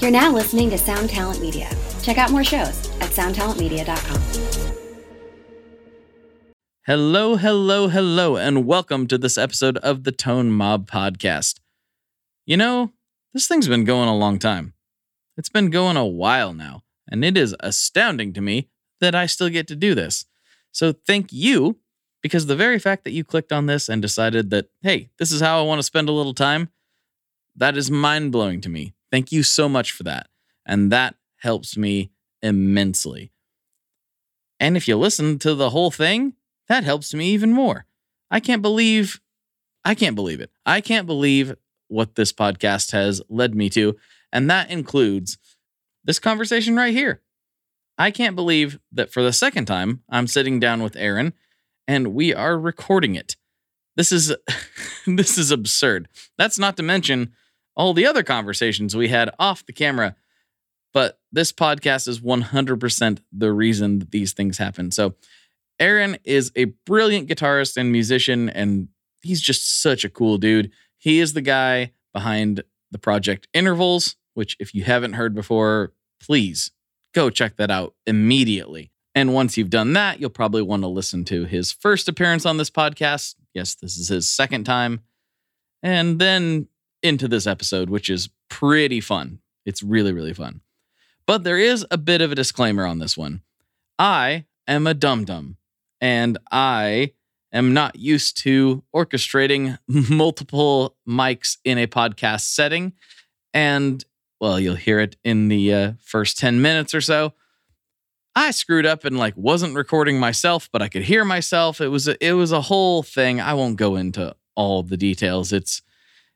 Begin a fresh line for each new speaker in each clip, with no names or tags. You're now listening to Sound Talent Media. Check out more shows at soundtalentmedia.com.
Hello, hello, hello, and welcome to this episode of the Tone Mob Podcast. You know, this thing's been going a long time. It's been going a while now, and it is astounding to me that I still get to do this. So thank you, because the very fact that you clicked on this and decided that, hey, this is how I want to spend a little time, that is mind blowing to me. Thank you so much for that. And that helps me immensely. And if you listen to the whole thing, that helps me even more. I can't believe, I can't believe it. I can't believe what this podcast has led me to. And that includes this conversation right here. I can't believe that for the second time, I'm sitting down with Aaron and we are recording it. This is this is absurd. That's not to mention all the other conversations we had off the camera. But this podcast is 100% the reason that these things happen. So, Aaron is a brilliant guitarist and musician, and he's just such a cool dude. He is the guy behind the project Intervals, which, if you haven't heard before, please go check that out immediately. And once you've done that, you'll probably want to listen to his first appearance on this podcast. Yes, this is his second time. And then into this episode, which is pretty fun. It's really, really fun. But there is a bit of a disclaimer on this one. I am a dum dum and I am not used to orchestrating multiple mics in a podcast setting. And well, you'll hear it in the uh, first 10 minutes or so. I screwed up and like wasn't recording myself, but I could hear myself. It was a, it was a whole thing. I won't go into all the details. It's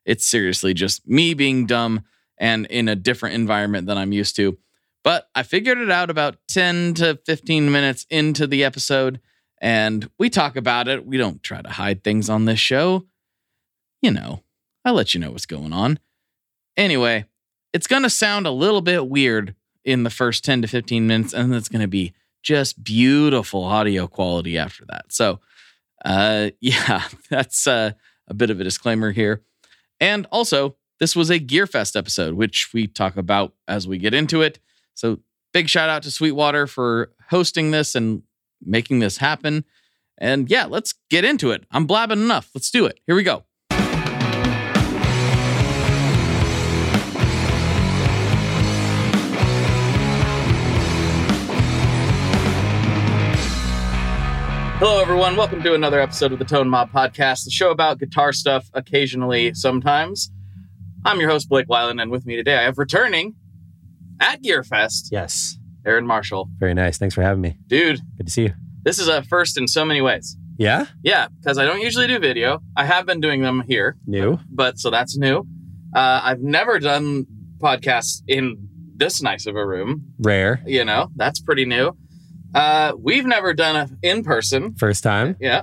it's seriously just me being dumb and in a different environment than I'm used to. But I figured it out about 10 to 15 minutes into the episode and we talk about it. We don't try to hide things on this show. You know, I let you know what's going on. Anyway, it's going to sound a little bit weird in the first 10 to 15 minutes, and it's going to be just beautiful audio quality after that. So, uh, yeah, that's uh, a bit of a disclaimer here. And also, this was a Gearfest episode, which we talk about as we get into it. So, big shout out to Sweetwater for hosting this and making this happen. And yeah, let's get into it. I'm blabbing enough. Let's do it. Here we go. Hello, everyone. Welcome to another episode of the Tone Mob Podcast, the show about guitar stuff occasionally, sometimes. I'm your host, Blake Wyland, and with me today I have returning at Gearfest,
Yes.
Aaron Marshall.
Very nice. Thanks for having me.
Dude,
Good to see you.
this is a first in so many ways.
Yeah?
Yeah, because I don't usually do video. I have been doing them here,
New?
but so that's new. Uh, I've never done podcasts in this nice of a room.
Rare.
You know, that's pretty new. Uh, we've never done a in person.
First time?
Yeah.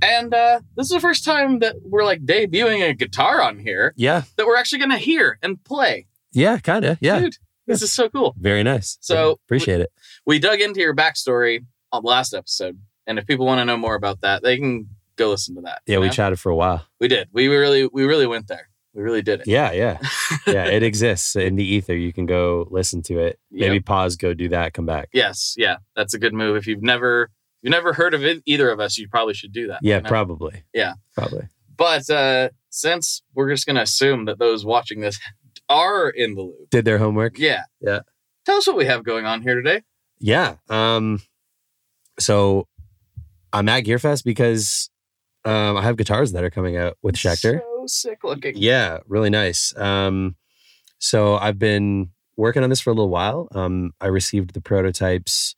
And uh, this is the first time that we're like debuting a guitar on here
Yeah.
that we're actually going to hear and play.
Yeah, kind of. Yeah.
Dude, this is so cool.
Very nice.
So-
appreciate it.
We dug into your backstory on the last episode. And if people want to know more about that, they can go listen to that.
Yeah,
you
we
know?
chatted for a while.
we did. We really, we really went there. We really did it.
Yeah, yeah. yeah, it exists in the ether. You can go listen to it. Maybe pause, go do that, come back.
Yes, yeah, that's a good move. If you've never if you've never heard of it, either of us, you probably should do that.
Yeah,
you know?
probably.
Yeah.
Probably.
But uh, since we're just gonna assume that those watching this are in the loop,
Did their homework?
yeah,
Yeah.
Tell us what we have going on here today.
Yeah. Um, so I'm at Gearfest because um, I have guitars that are coming out with Schecter.
so sick looking.
Yeah, really nice. Um, so I've been working on this for a little while. Um, I received the prototypes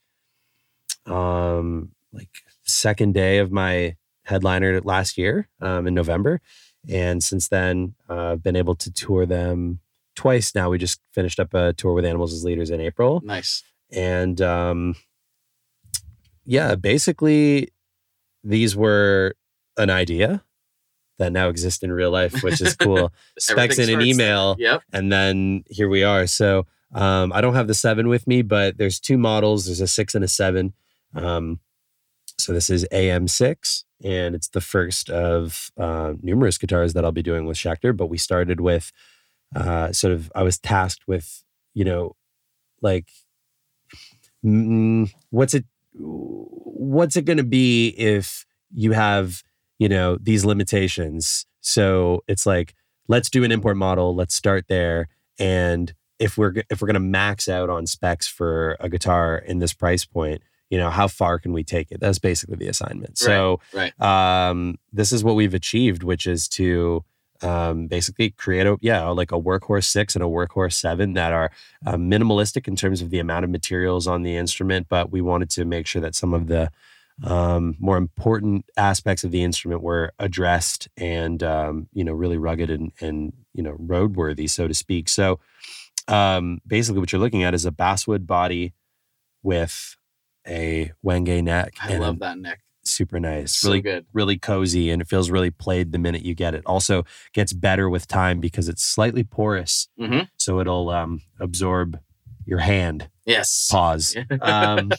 um, like second day of my headliner last year um, in November, and since then uh, I've been able to tour them twice now. We just finished up a tour with Animals as Leaders in April,
Nice.
and um, yeah, basically these were an idea that now exists in real life, which is cool. Specs
Everything
in an
starts-
email,
Yep.
and then here we are. So um, I don't have the seven with me, but there's two models. There's a six and a seven. Um, so this is AM six, and it's the first of uh, numerous guitars that I'll be doing with Schecter. But we started with uh, sort of I was tasked with you know, like, mm, what's it, what's it going to be if you have, you know, these limitations? So it's like, let's do an import model. Let's start there. And if we're, if we're going to max out on specs for a guitar in this price point, you know, how far can we take it? That's basically the assignment. So
Right.
um, this is what we've achieved, which is to um, basically create a yeah like a workhorse six and a workhorse seven that are uh, minimalistic in terms of the amount of materials on the instrument, but we wanted to make sure that some of the um, more important aspects of the instrument were addressed and um, you know really rugged and and you know roadworthy, so to speak. So um, basically, what you're looking at is a basswood body with a wenge neck.
I
and
love
a
that neck.
Super nice,
really
really
good.
really cozy and it feels really played the minute you get it. Also gets better with time because it's slightly porous,
Mhm.
so it'll um, absorb your hand.
Yes.
Pause. Um,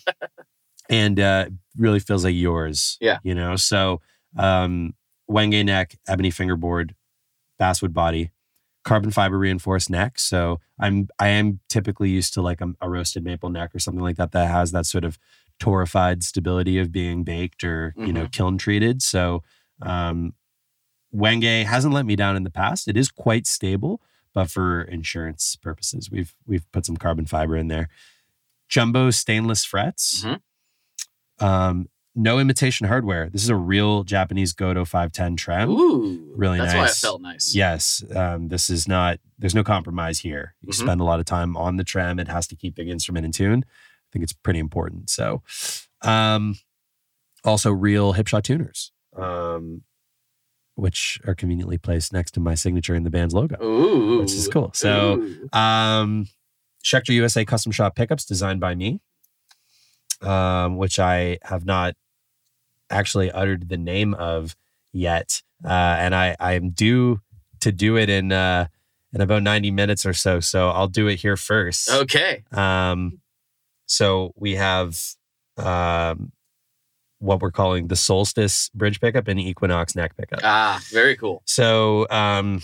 and uh, really feels like yours.
Yeah.
you know. So um, Wenge neck, ebony fingerboard, basswood body, carbon fiber reinforced neck. So I'm I am typically used to like a, a roasted maple neck or something like that that has that sort of torrified stability of being baked or you know
Mm-hmm.
kiln treated. So um, Wenge hasn't let me down in the past. It is quite stable, but for insurance purposes, we've we've put some carbon fiber in there. Jumbo stainless frets.
Mhm.
Um, no imitation hardware. This is a real Japanese Goto 510 trem.
Ooh.
Really
That's why it
nice.
felt nice.
Yes, um, this is not. There's no compromise here. You
Mhm.
spend a lot of time on the trem. It has to keep the instrument in tune. I think it's pretty important. So, um, also real hip shot tuners, um, which are conveniently placed next to my signature in the band's logo.
Ooh.
Which is cool. So-
Ooh.
Um, Schecter USA custom shop pickups designed by me, um, which I have not actually uttered the name of yet, uh, and I I am due to do it in uh, in about ninety minutes or so. So I'll do it here first.
Okay.
Um, so we have um, what we're calling the Solstice bridge pickup and Equinox neck pickup.
Ah, very cool.
So um,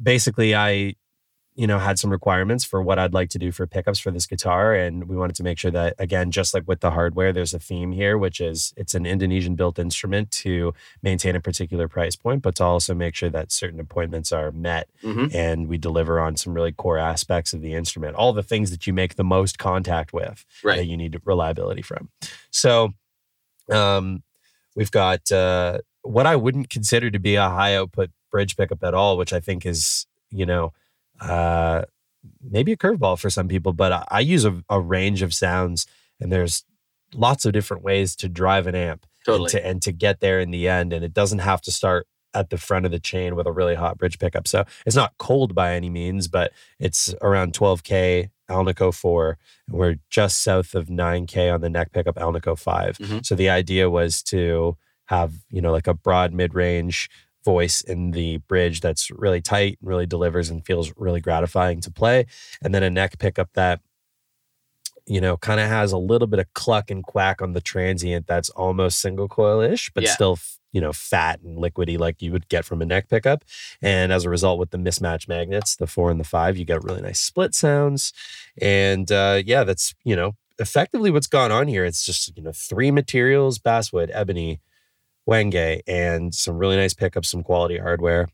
basically, I, you know, had some requirements for what I'd like to do for pickups for this guitar, and we wanted to make sure that again, just like with the hardware, there's a theme here, which is it's an Indonesian-built instrument to maintain a particular price point, but to also make sure that certain appointments are met
hmm
and we deliver on some really core aspects of the instrument, all the things that you make the most contact with that
Right.
you need reliability from. So, um, we've got uh, what I wouldn't consider to be a high output bridge pickup at all, which I think is, you know, uh, maybe a curveball for some people, but I, I use a, a range of sounds and there's lots of different ways to drive an amp
Totally.
and to, and to get there in the end. And it doesn't have to start at the front of the chain with a really hot bridge pickup. So it's not cold by any means, but it's around 12K Alnico 4. And we're just south of 9K on the neck pickup Alnico 5.
Mhm.
So the idea was to have, you know, like a broad mid range voice in the bridge that's really tight and really delivers and feels really gratifying to play. And then a neck pickup that you know, kind of has a little bit of cluck and quack on the transient that's almost single coil ish, but
Yeah.
still, f- you know, fat and liquidy like you would get from a neck pickup. And as a result, with the mismatch magnets, the four and the five, you get really nice split sounds. And uh, yeah, that's, you know, effectively what's gone on here. It's just, you know, three materials basswood, ebony, wenge, and some really nice pickups, some quality hardware.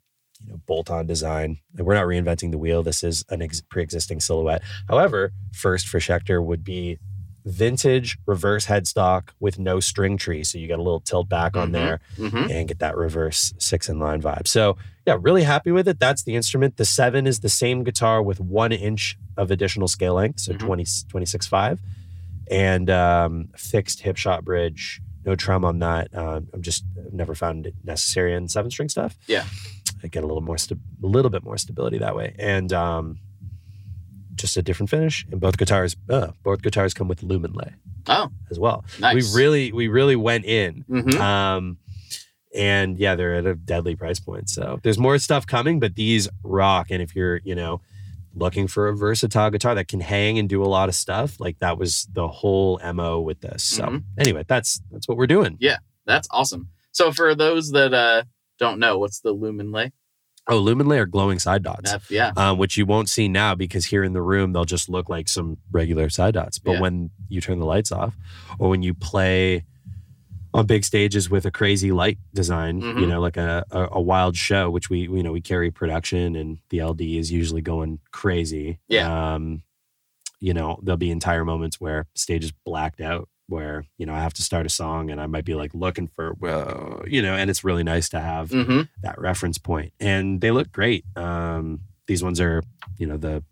You know, bolt-on design. And we're not reinventing the wheel. This is an ex- pre-existing silhouette. However, first for Schecter would be vintage reverse headstock with no string tree. So you got a little tilt back on
Mhm.
there
hmm
and get that reverse six in line vibe. So yeah, really happy with it. That's the instrument. The seven is the same guitar with one inch of additional scale length, so
Mhm.
20, 26.5, and um, fixed hip shot bridge. No trim on that. Um, I'm just I've never found it necessary in seven string stuff.
Yeah.
I get a little more, sta- a little bit more stability that way, and um, just a different finish. And both guitars, uh, both guitars come with lumen lay
Oh,
as well.
nice.
We really, we really went in.
Mhm.
Um, and yeah, they're at a deadly price point. So there's more stuff coming, but these rock. And if you're, you know, looking for a versatile guitar that can hang and do a lot of stuff, like that was the whole mo with this. So
Mhm.
anyway, that's that's what we're doing.
That's awesome. So for those that uh, don't know, what's the lumen lay?
Oh, Lumen Layer glowing side dots.
That- yeah.
um, which you won't see now because here in the room they'll just look like some regular side dots. But
Yeah.
when you turn the lights off, or when you play on big stages with a crazy light design, you
Mhm.
know, like a, a a wild show, which we you know we carry production and the LD is usually going crazy.
Yeah.
Um, you know, there'll be entire moments where stage is blacked out. Where you know I have to start a song and I might be like looking for well you know and it's really nice to have
Mm-hmm.
that reference point and they look great um these ones are you know the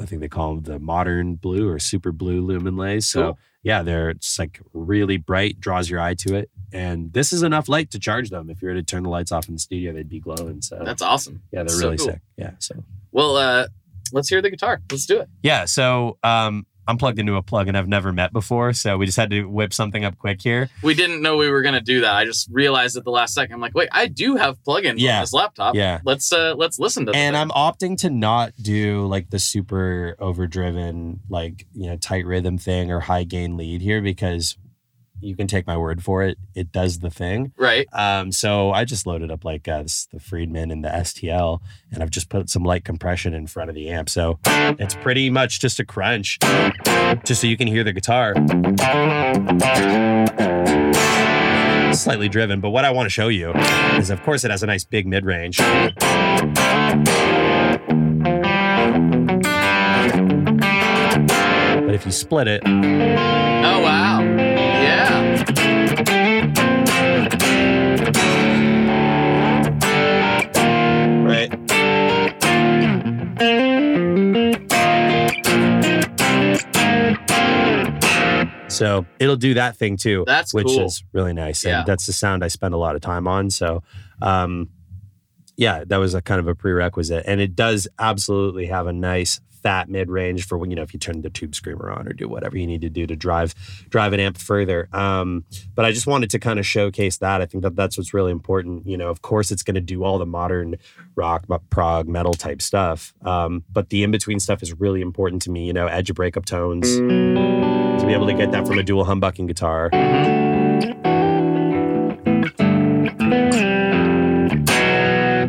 i think they call them the modern blue or super blue lumen lays so
Cool.
yeah they're it's like really bright draws your eye to it and this is enough light to charge them if you were to turn the lights off in the studio they'd be glowing so
That's awesome.
yeah they're
so
really
cool.
sick yeah so
Well, uh, let's hear the guitar. Let's do it.
yeah so um i'm plugged into a plug and i've never met before so we just had to whip something up quick here
We didn't know we were gonna do that. I just realized at the last second. I'm like, wait, I do have plugins
Yeah.
on this laptop.
yeah
Let's uh, let's listen to. the
and
thing.
I'm opting to not do like the super overdriven, like you know, tight rhythm thing or high gain lead here because you can take my word for it; it does the thing.
right.
Um, so I just loaded up like uh, this, the Friedman and the STL, and I've just put some light compression in front of the amp, so it's pretty much just a crunch, just so you can hear the guitar. Slightly driven, but what I want to show you is, of course, it has a nice big mid range. But if you split it,
Oh wow. Yeah.
right, so it'll do that thing too.
That's
which
cool.
is really nice.
Yeah.
And that's the sound I spend a lot of time on. So, um, yeah, that was a kind of a prerequisite. And it does absolutely have a nice fat mid range for when, you know, if you turn the tube screamer on or do whatever you need to do to drive, drive an amp further. Um, but I just wanted to kind of showcase that. I think that that's what's really important. You know, of course it's going to do all the modern rock, m- prog, metal type stuff. Um, but the in-between stuff is really important to me, you know, edge of breakup tones, to be able to get that from a dual humbucking guitar.
Mhm.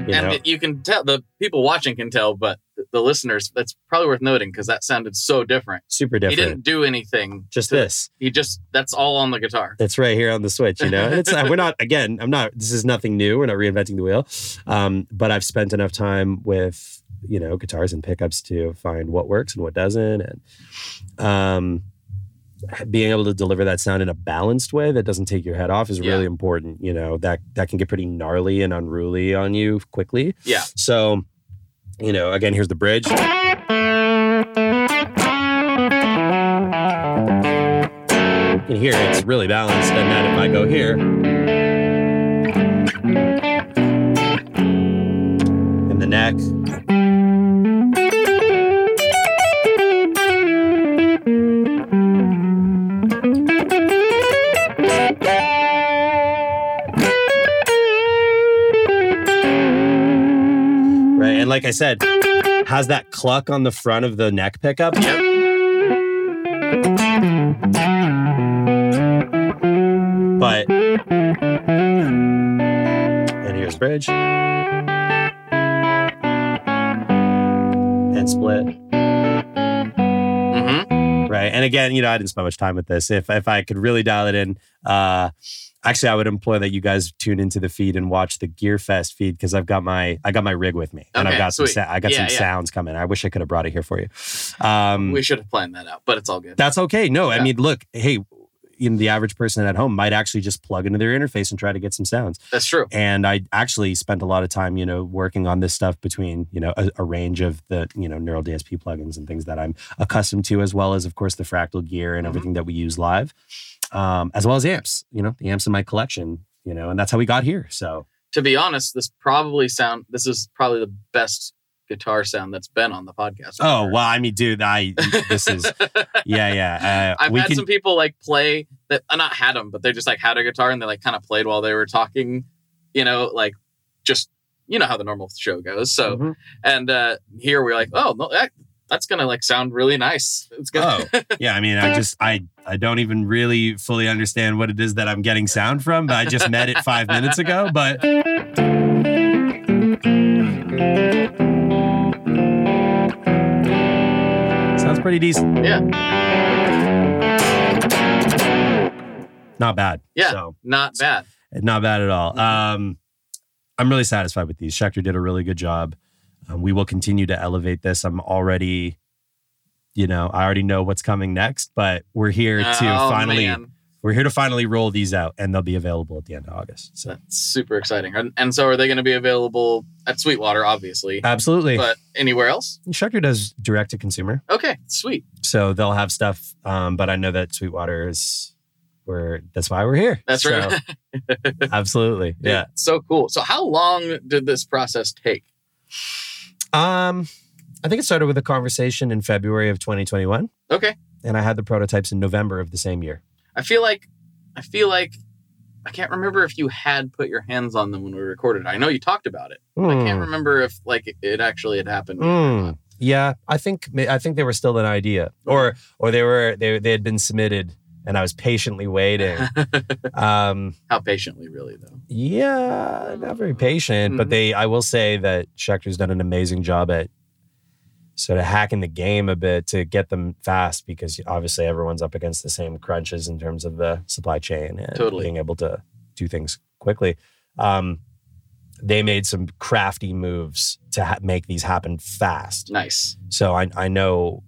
You
and
know?
it- you can tell the people watching can tell, but th- the listeners, that's probably worth noting because that sounded so different.
super
He
different.
didn't do anything.
Just
to-
this.
He just that's all on the guitar.
That's right here on the switch, you know. And it's uh, we're not again. I'm not. This is nothing new. We're not reinventing the wheel. Um, but I've spent enough time with you know guitars and pickups to find what works and what doesn't, and um, being able to deliver that sound in a balanced way that doesn't take your head off is
Yeah.
really important. You know that that can get pretty gnarly and unruly on you quickly.
Yeah.
So, you know, again, here's the bridge. And here it's really balanced, and then if I go here. And the neck. Right. And like I said, has that cluck on the front of the neck pickup. But and here's bridge. And split.
Mm-hmm.
Right. And again, you know, I didn't spend much time with this. If if I could really dial it in, uh actually I would implore that you guys tune into the feed and watch the Gear Fest feed because I've got my I got my rig with me. and I've
Okay,
got
sweet.
some sa- I got
Yeah,
some
yeah.
sounds coming. I wish I could have brought it here for you. Um
We should have planned that out, but it's all good.
That's okay. No, I
Yeah.
mean, look, hey, you know, the average person at home might actually just plug into their interface and try to get some sounds.
that's true.
And I actually spent a lot of time, you know, working on this stuff between, you know, a, a range of the, you know, neural DSP plugins and things that I'm accustomed to, as well as, of course, the fractal gear and
Mhm.
everything that we use live, um, as well as amps, you know, the amps in my collection, you know, and that's how we got here. So
To be honest, this probably sound this is probably the best guitar sound that's been on the podcast.
Oh well, I mean, dude, I this is yeah, yeah. Uh,
I've had some people like play that uh, not had them, but they just like had a guitar and they like kind of played while they were talking, you know, like just you know how the normal show goes. So
Mhm.
and uh here we're like, oh no, that, that's gonna like sound really nice. It's gonna
Oh, yeah. I mean, I just I I don't even really fully understand what it is that I'm getting sound from, but I just met it five minutes ago. But
Sounds pretty decent.
Not bad.
Yeah.
So,
Not bad.
not bad at all. Um, I'm really satisfied with these. Schecter did a really good job. Um, we will continue to elevate this. I'm already, you know, I already know what's coming next, but we're here to
Oh,
finally,
man.
we're here to finally roll these out, and they'll be available at the end of August. So
That's super exciting. And, and so are they going to be available at Sweetwater, obviously,
absolutely,
but anywhere else?
Schecter does direct to consumer,
Okay, sweet.
so they'll have stuff. Um, but I know that Sweetwater is where that's why we're here.
That's
So,
right.
absolutely,
Dude,
yeah.
So cool. So how long did this process take?
Um, I think it started with a conversation in February of 2021.
Okay.
and I had the prototypes in November of the same year.
I feel like I feel like I can't remember if you had put your hands on them when we recorded. I know you talked about it. but
Hmm.
I
Hmm.
can't remember if like it actually had happened.
Mm. Yeah, I think I think they were still an idea, or or they were they they had been submitted, and I was patiently waiting. um,
How patiently, really, though.
yeah, not very patient, but
Mhm.
they I will say that Schecter's done an amazing job at sort of hacking the game a bit to get them fast because obviously everyone's up against the same crunches in terms of the supply chain and
Totally.
being able to do things quickly. Um, they made some crafty moves to ha- make these happen fast.
Nice.
So I, I know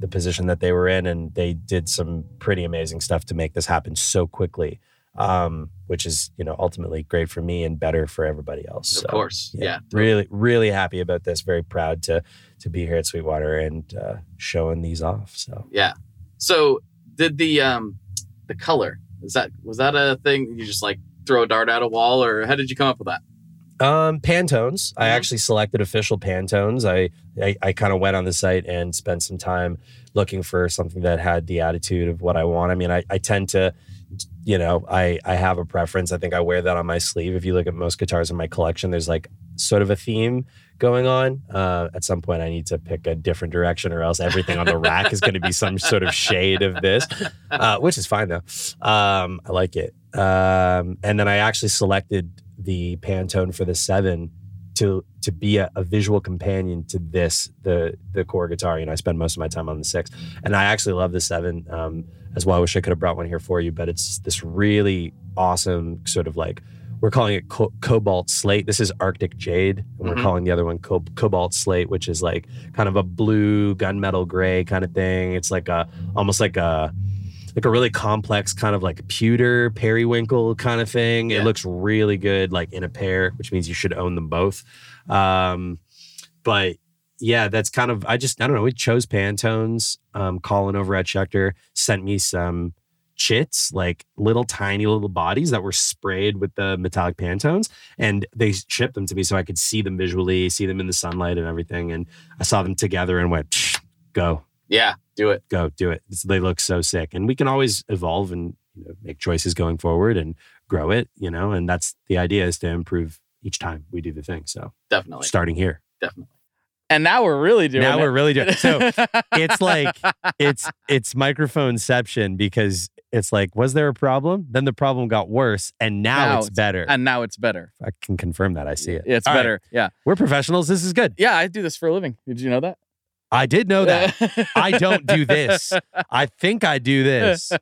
the position that they were in, and they did some pretty amazing stuff to make this happen so quickly, um, which is you know ultimately great for me and better for everybody else. So,
of course. Yeah.
really, really happy about this. Very proud to to be here at Sweetwater and uh, showing these off. So
Yeah. So did the um the color is that was that a thing you just like throw a dart at a wall or how did you come up with that?
Um, Pantones. I
Mhm.
actually selected official Pantones. I I, I kind of went on the site and spent some time looking for something that had the attitude of what I want. I mean, I, I tend to, you know, I I have a preference. I think I wear that on my sleeve. If you look at most guitars in my collection, there's like sort of a theme going on. Uh, at some point, I need to pick a different direction, or else everything on the rack is going to be some sort of shade of this, uh, which is fine though. Um, I like it. Um, and then I actually selected the Pantone for the seven to to be a, a visual companion to this the the core guitar. You know, I spend most of my time on the six, and I actually love the seven um, as well. I wish I could have brought one here for you, but it's this really awesome sort of like we're calling it co- cobalt slate. This is Arctic jade, and we're
Mhm.
calling the other one co- cobalt slate, which is like kind of a blue gunmetal gray kind of thing. It's like a almost like a like a really complex kind of like pewter periwinkle kind of thing.
Yeah.
It looks really good like in a pair, which means you should own them both. Um, but yeah, that's kind of I just I don't know. We chose Pantones. Um, Colin over at Schecter sent me some chits, like little tiny little bodies that were sprayed with the metallic Pantones, and they shipped them to me so I could see them visually, see them in the sunlight and everything. And I saw them together and went, "Psh, go,
Yeah, do it.
go, do it. It's- they look so sick, and we can always evolve and you know, make choices going forward and grow it. You know, and that's the idea is to improve each time we do the thing. So
Definitely.
starting here,
Definitely.
And now we're really doing
now
it.
we're really doing it. So it's like it's it's microphoneception because it's like was there a problem? Then the problem got worse, and now,
Now
it's
it's-
better.
and now it's better.
I can confirm that. I see it.
It's
All right.
better. Yeah.
We're professionals. This is good.
Yeah, I do this for a living. Did you know that?
I did know that. I don't do this. I think I do this.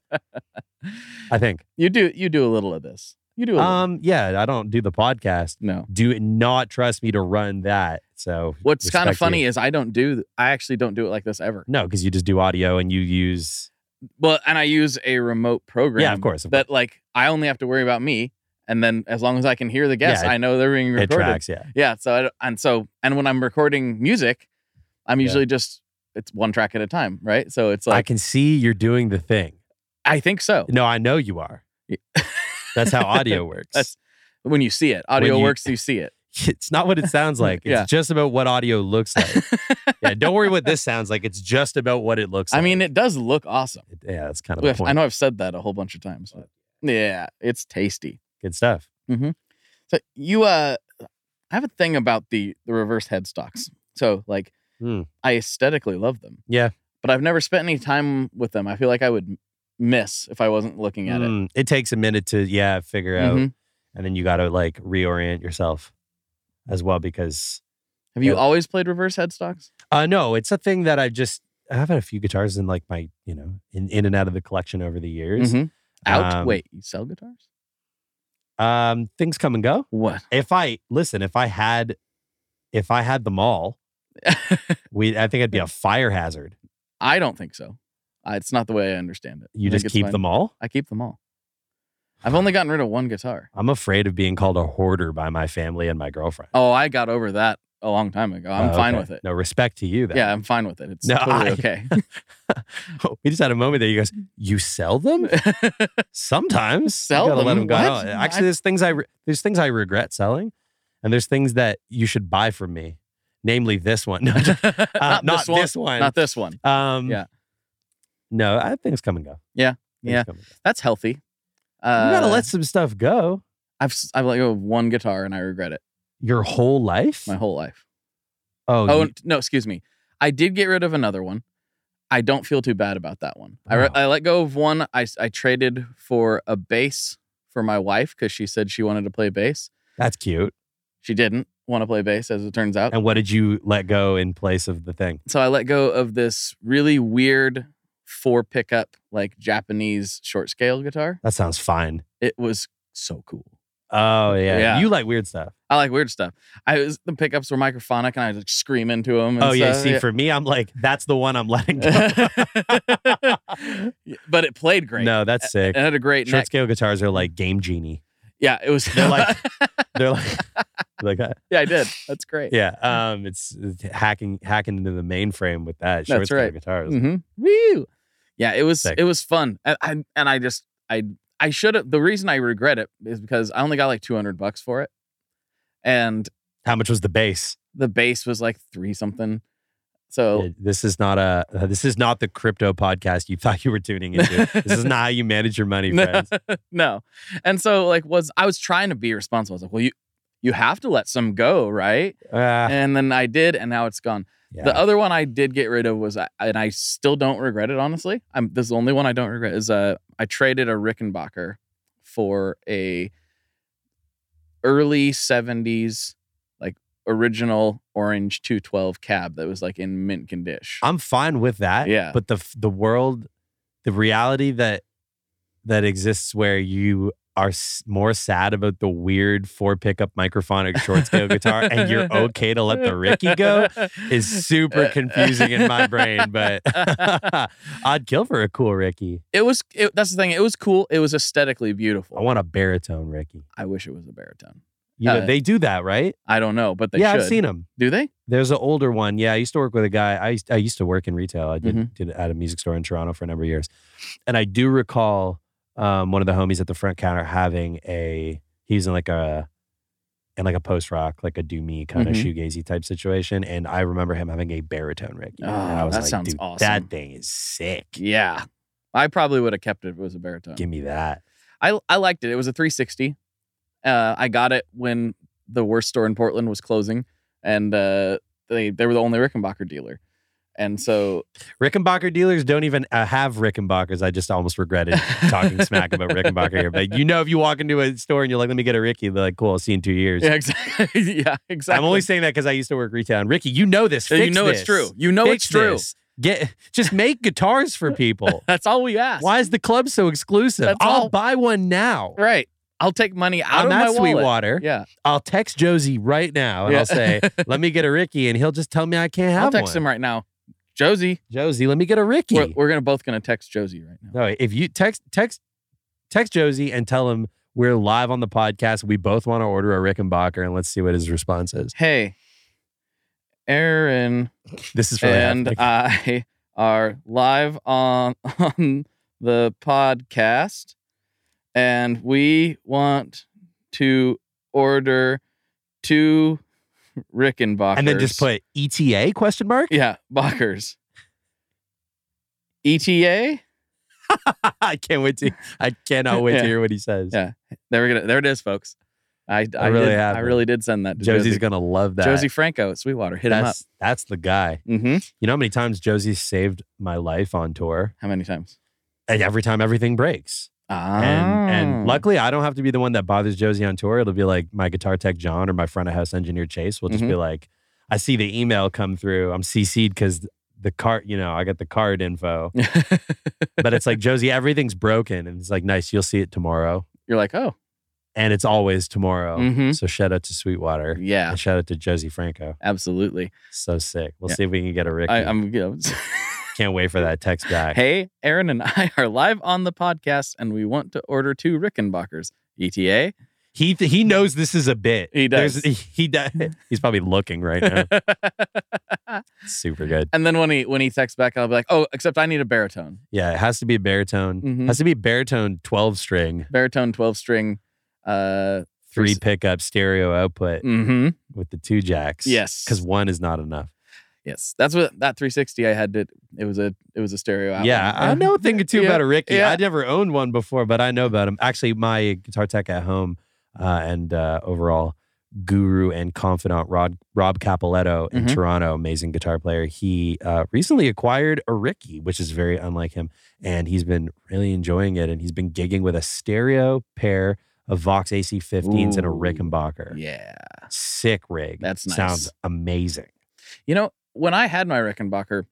I think.
You do you do a little of this. You do a little.
Um. Yeah. I don't do the podcast.
no.
Do not trust me to run that. So
What's kind of
respect
funny
you.
is I don't do I actually don't do it like this ever.
no, because you just do audio and you use
Well, and I use a remote program.
Yeah, of course, of
that like I only have to worry about me, and then as long as I can hear the guests,
Yeah, it-
I know they're being
it
recorded.
tracks. Yeah.
Yeah. So I, don't- and so and when I'm recording music, I'm
Yeah.
usually just it's one track at a time, right? So it's
I
like
can see you're doing the thing.
I think so.
No, I know you are.
Yeah.
That's how audio works.
That's- When you see it, audio
you-
works. You see it.
it's not what it sounds like. It's
Yeah.
just about what audio looks like. yeah, don't worry what this sounds like. It's just about what it looks
I
like.
mean, it does look awesome.
yeah, that's kind of the
I've-
point.
I know I've said that a whole bunch of times. but- yeah, it's tasty.
Good stuff.
So you uh I have a thing about the the reverse headstocks. So like
Hmm.
I aesthetically love them.
Yeah.
But I've never spent any time with them. I feel like I would m- miss if I wasn't looking at it.
Mm, it takes a minute to, yeah, figure out.
Mhm.
And then you got to like reorient yourself as well because,
Have you
Yeah.
always played reverse headstocks?
uh, no, it's a thing that I just, I've had a few guitars in like my, you know, in, in and out of the collection over the years.
Mhm. Out.
Um,
Wait, you sell guitars? Mm-hmm.
Um, things come and go.
What?
If I listen, if I had, if I had them all, we, I think I'd be a fire hazard.
I don't think so. I, it's not the way I understand it. I
You
think
just
it's
keep
fine.
them all.
I keep them all. I've only gotten rid of one guitar.
I'm afraid of being called a hoarder by my family and my girlfriend.
Oh, I got over that a long time ago. I'm
Oh,
fine
okay.
with it.
No respect to you. Then.
Yeah, I'm fine with it. It's
No,
totally
I-
okay.
we just had a moment there. You goes, you sell them sometimes.
Sell
you gotta Let
them?
them go.
What?
Actually, there's things I re- there's things I regret selling, and there's things that you should buy from me, namely this one. No, uh,
not, this one.
one.
Not this one.
um,
yeah.
No, I things come and go.
Yeah,
Things
yeah.
come and go.
That's healthy. Uh,
you gotta let some stuff go.
I've s- I've let go of one guitar and I regret it
Your whole life.
my whole life.
oh,
Oh
you-
n- no, excuse me. I did get rid of another one. I don't feel too bad about that one. I, re-
Wow.
I let go of one. I, s- I traded for a bass for my wife because she said she wanted to play bass.
that's cute.
She didn't want to play bass, as it turns out.
And what did you let go in place of the thing?
so I let go of this really weird four pickup, like Japanese short scale guitar.
That sounds fine.
It was so cool.
Oh yeah.
Yeah.
You like weird stuff.
I like weird stuff. I was the pickups were microphonic, and I was like screaming to them.
oh yeah. See, for me, I'm like, that's the one I'm letting go.
but it played great. Uh,
No, that's sick.
it had a great
Short
neck.
scale guitars are like game genie.
Yeah, it was.
They're like- They're like like that.
yeah, I did. That's great.
Yeah. Um, it's, it's hacking hacking into the mainframe with that short
That's
scale
right.
guitars.
hmm Woo! Yeah, it was.
Sick.
It was fun, and I, and I just I I should have. The reason I regret it is because I only got like two hundred bucks for it, and
How much was the bass?
the base was like three something. So Oh.
It- This is not a uh, this is not the crypto podcast you thought you were tuning into. this is not how you manage your money, friends. Uh,
no, and so like was I was trying to be responsible. I was like, well, you you have to let some go, right?
Ah,
And then I did, and now it's gone.
yeah.
The uh, other one I did get rid of was, and I still don't regret it. Honestly, I'm this is the only one I don't regret is uh, I traded a Rickenbacker for a early '70s like original orange 212 cab that was like in mint condition.
I'm fine with that.
Yeah.
But the f- the world, the reality that that exists where you are s- more sad about the weird four pickup microphonic short scale guitar and you're okay to let the Ricky go is super confusing in my brain. But I'd kill for a cool Ricky.
It was it, that's the thing. It was cool. It was aesthetically beautiful.
I want a baritone Ricky.
I wish it was a baritone.
You know,
Uh,
they do that, right?
I don't know, but they
yeah,
should.
I've seen them.
Do they?
There's an older one. Yeah, I used to work with a guy. I used, I used to work in retail. I did,
Mhm.
did at a music store in Toronto for a number of years, and I do recall um, one of the homies at the front counter having a. He was in like a, in like a post rock, like a do me kind
Mhm.
of shoegazy type situation, and I remember him having a baritone rig. And
Oh,
I was
that
like,
sounds
"Dude,
awesome."
That thing is sick.
Yeah. I probably would have kept it if it was a baritone.
Give me that.
I I liked it. It was a 360. Uh, I got it when the worst store in Portland was closing, and uh, they they were the only Rickenbacker dealer, and so
Rickenbacker dealers don't even uh, have Rickenbackers. I just almost regretted talking smack about Rickenbacker here. But you know, if you walk into a store and you're like, "Let me get a Ricky," they're like, "Cool, I'll see you in two years."
yeah, exactly. yeah, exactly.
I'm only saying that because I used to work retail. And Ricky, you know this.
so you
Fix
know
this.
it's true. You know
Fix
it's true.
this. Get just make guitars for people.
That's all we ask.
Why is the club so exclusive?
That's
I'll
all.
buy one now.
Right. I'll take money out
I'm
of my
at
wallet.
Sweetwater.
Yeah.
I'll text Josie right now and
Yeah.
I'll say, "Let me get a Ricky," and he'll just tell me I can't have
I'll text
one.
him right now. Josie,
Josie, let me get a Ricky.
we're, we're gonna both gonna text Josie right now.
No, if you text text text Josie and tell him we're live on the podcast, we both want to order a Rickenbacker, and let's see what his response is.
Hey, Aaron.
This is really
and uh,
happening.
I are live on on the podcast, and we want to order two Rickenbackers.
and then just put ETA question mark.
yeah, E Bockers. ETA.
I can't wait to. I cannot wait
Yeah.
to hear what he says.
Yeah. There we go. There it is, folks. I I,
really
did, I
happened.
really did send that. To
Josie's
Josie.
gonna love that.
Josie Franco at Sweetwater. Hit
that's that's the guy.
him up. Mm-hmm.
You know how many times Josie saved my life on tour,
How many times?
and every time everything breaks.
Ah.
And and luckily, I don't have to be the one that bothers Josie on tour. It'll be like my guitar tech
Mm-hmm.
John or my front of house engineer Chase will just be like, I see the email come through. I'm CC'd because the card, you know, I got the card info. but it's like, Josie, everything's broken. And it's like, nice, you'll see it tomorrow.
You're like, oh,
And it's always tomorrow.
Mhm.
So shout out to Sweetwater.
yeah,
And shout out to Josie Franco.
absolutely.
So sick. We'll
Yeah.
see if we can get a Ricky.
I, I'm you
Can't wait for that text
know,
back.
hey, Aaron and I are live on the podcast, and we want to order two Rickenbackers. E ETA.
He th- he knows this is a bit.
He does.
There's- he does. He's probably looking right now. Super good.
and then when he when he texts back, I'll be like, oh, except I need a baritone,
Yeah, it has to be baritone.
Mhm.
Has to be baritone twelve string,
baritone twelve string. Uh,
three pickup stereo output
mm-hmm.
with the two jacks.
Yes,
because one is not enough.
yes, that's what that 360 I had to. It was a it was a stereo. out
yeah,
one.
I know a thing or two
Yeah,
about a Ricky.
yeah.
I never owned one before, but I know about him. Actually, my guitar tech at home uh, and uh, overall guru and confidant Rod, Rob Capoletto in
Mhm.
Toronto, amazing guitar player. He uh, recently acquired a Ricky, which is very unlike him, and he's been really enjoying it. And he's been gigging with a stereo pair of Vox AC15s and a
Ooh,
Rickenbacker.
Yeah.
Sick rig.
That's nice.
Sounds amazing.
You know, when I had my Rickenbacker,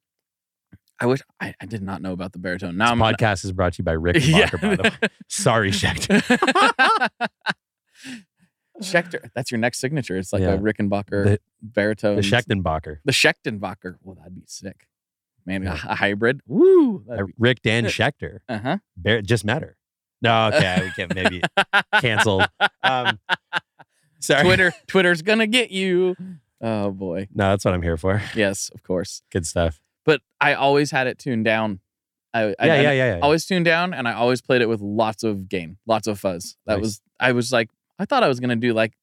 I wish I, I did not know about the baritone. Now
This
I'm gonna-
podcast is brought to you by Rickenbacker. by the way. Sorry, Schechter.
Schechter. That's your next signature. It's like
Yeah.
a Rickenbacker
The-
baritone.
The Schechtenbacher.
the Schechtenbacher. Well, that'd be sick. Man, a
Yeah.
hy- a hybrid. Woo!
Uh, Rick Dan Schechter.
Uh huh.
Bar- just met her. No, okay, we can't maybe canceled. Um, sorry.
uh-huh. Twitter. Twitter's gonna get you. Oh boy.
No, that's what I'm here for.
Yes, of course.
Good stuff.
But I always had it tuned down. I, I
Yeah,
I-
yeah, yeah, yeah.
always tuned down and I always played it with lots of gain, lots of fuzz. That
Nice.
was I was like I thought I was gonna do like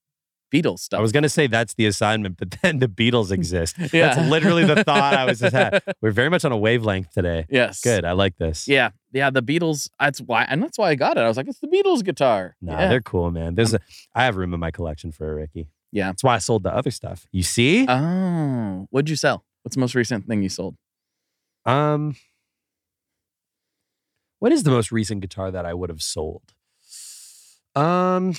Beatles stuff.
I was gonna say that's the assignment, but then the Beatles exist.
Yeah.
That's literally the thought I was just had. We're very much on a wavelength today.
yes.
Good, I like this.
Yeah. Yeah. The Beatles. That's why and that's why I got it. I was like, it's the Beatles guitar.
Nah,
yeah. Um
they're cool, man. There's a, I have room in my collection for a Ricky.
Yeah.
That's why I sold the other stuff. You see?
Oh. What'd you sell? What's the most recent thing you sold?
Um, what is the most recent guitar that I would have sold? Um,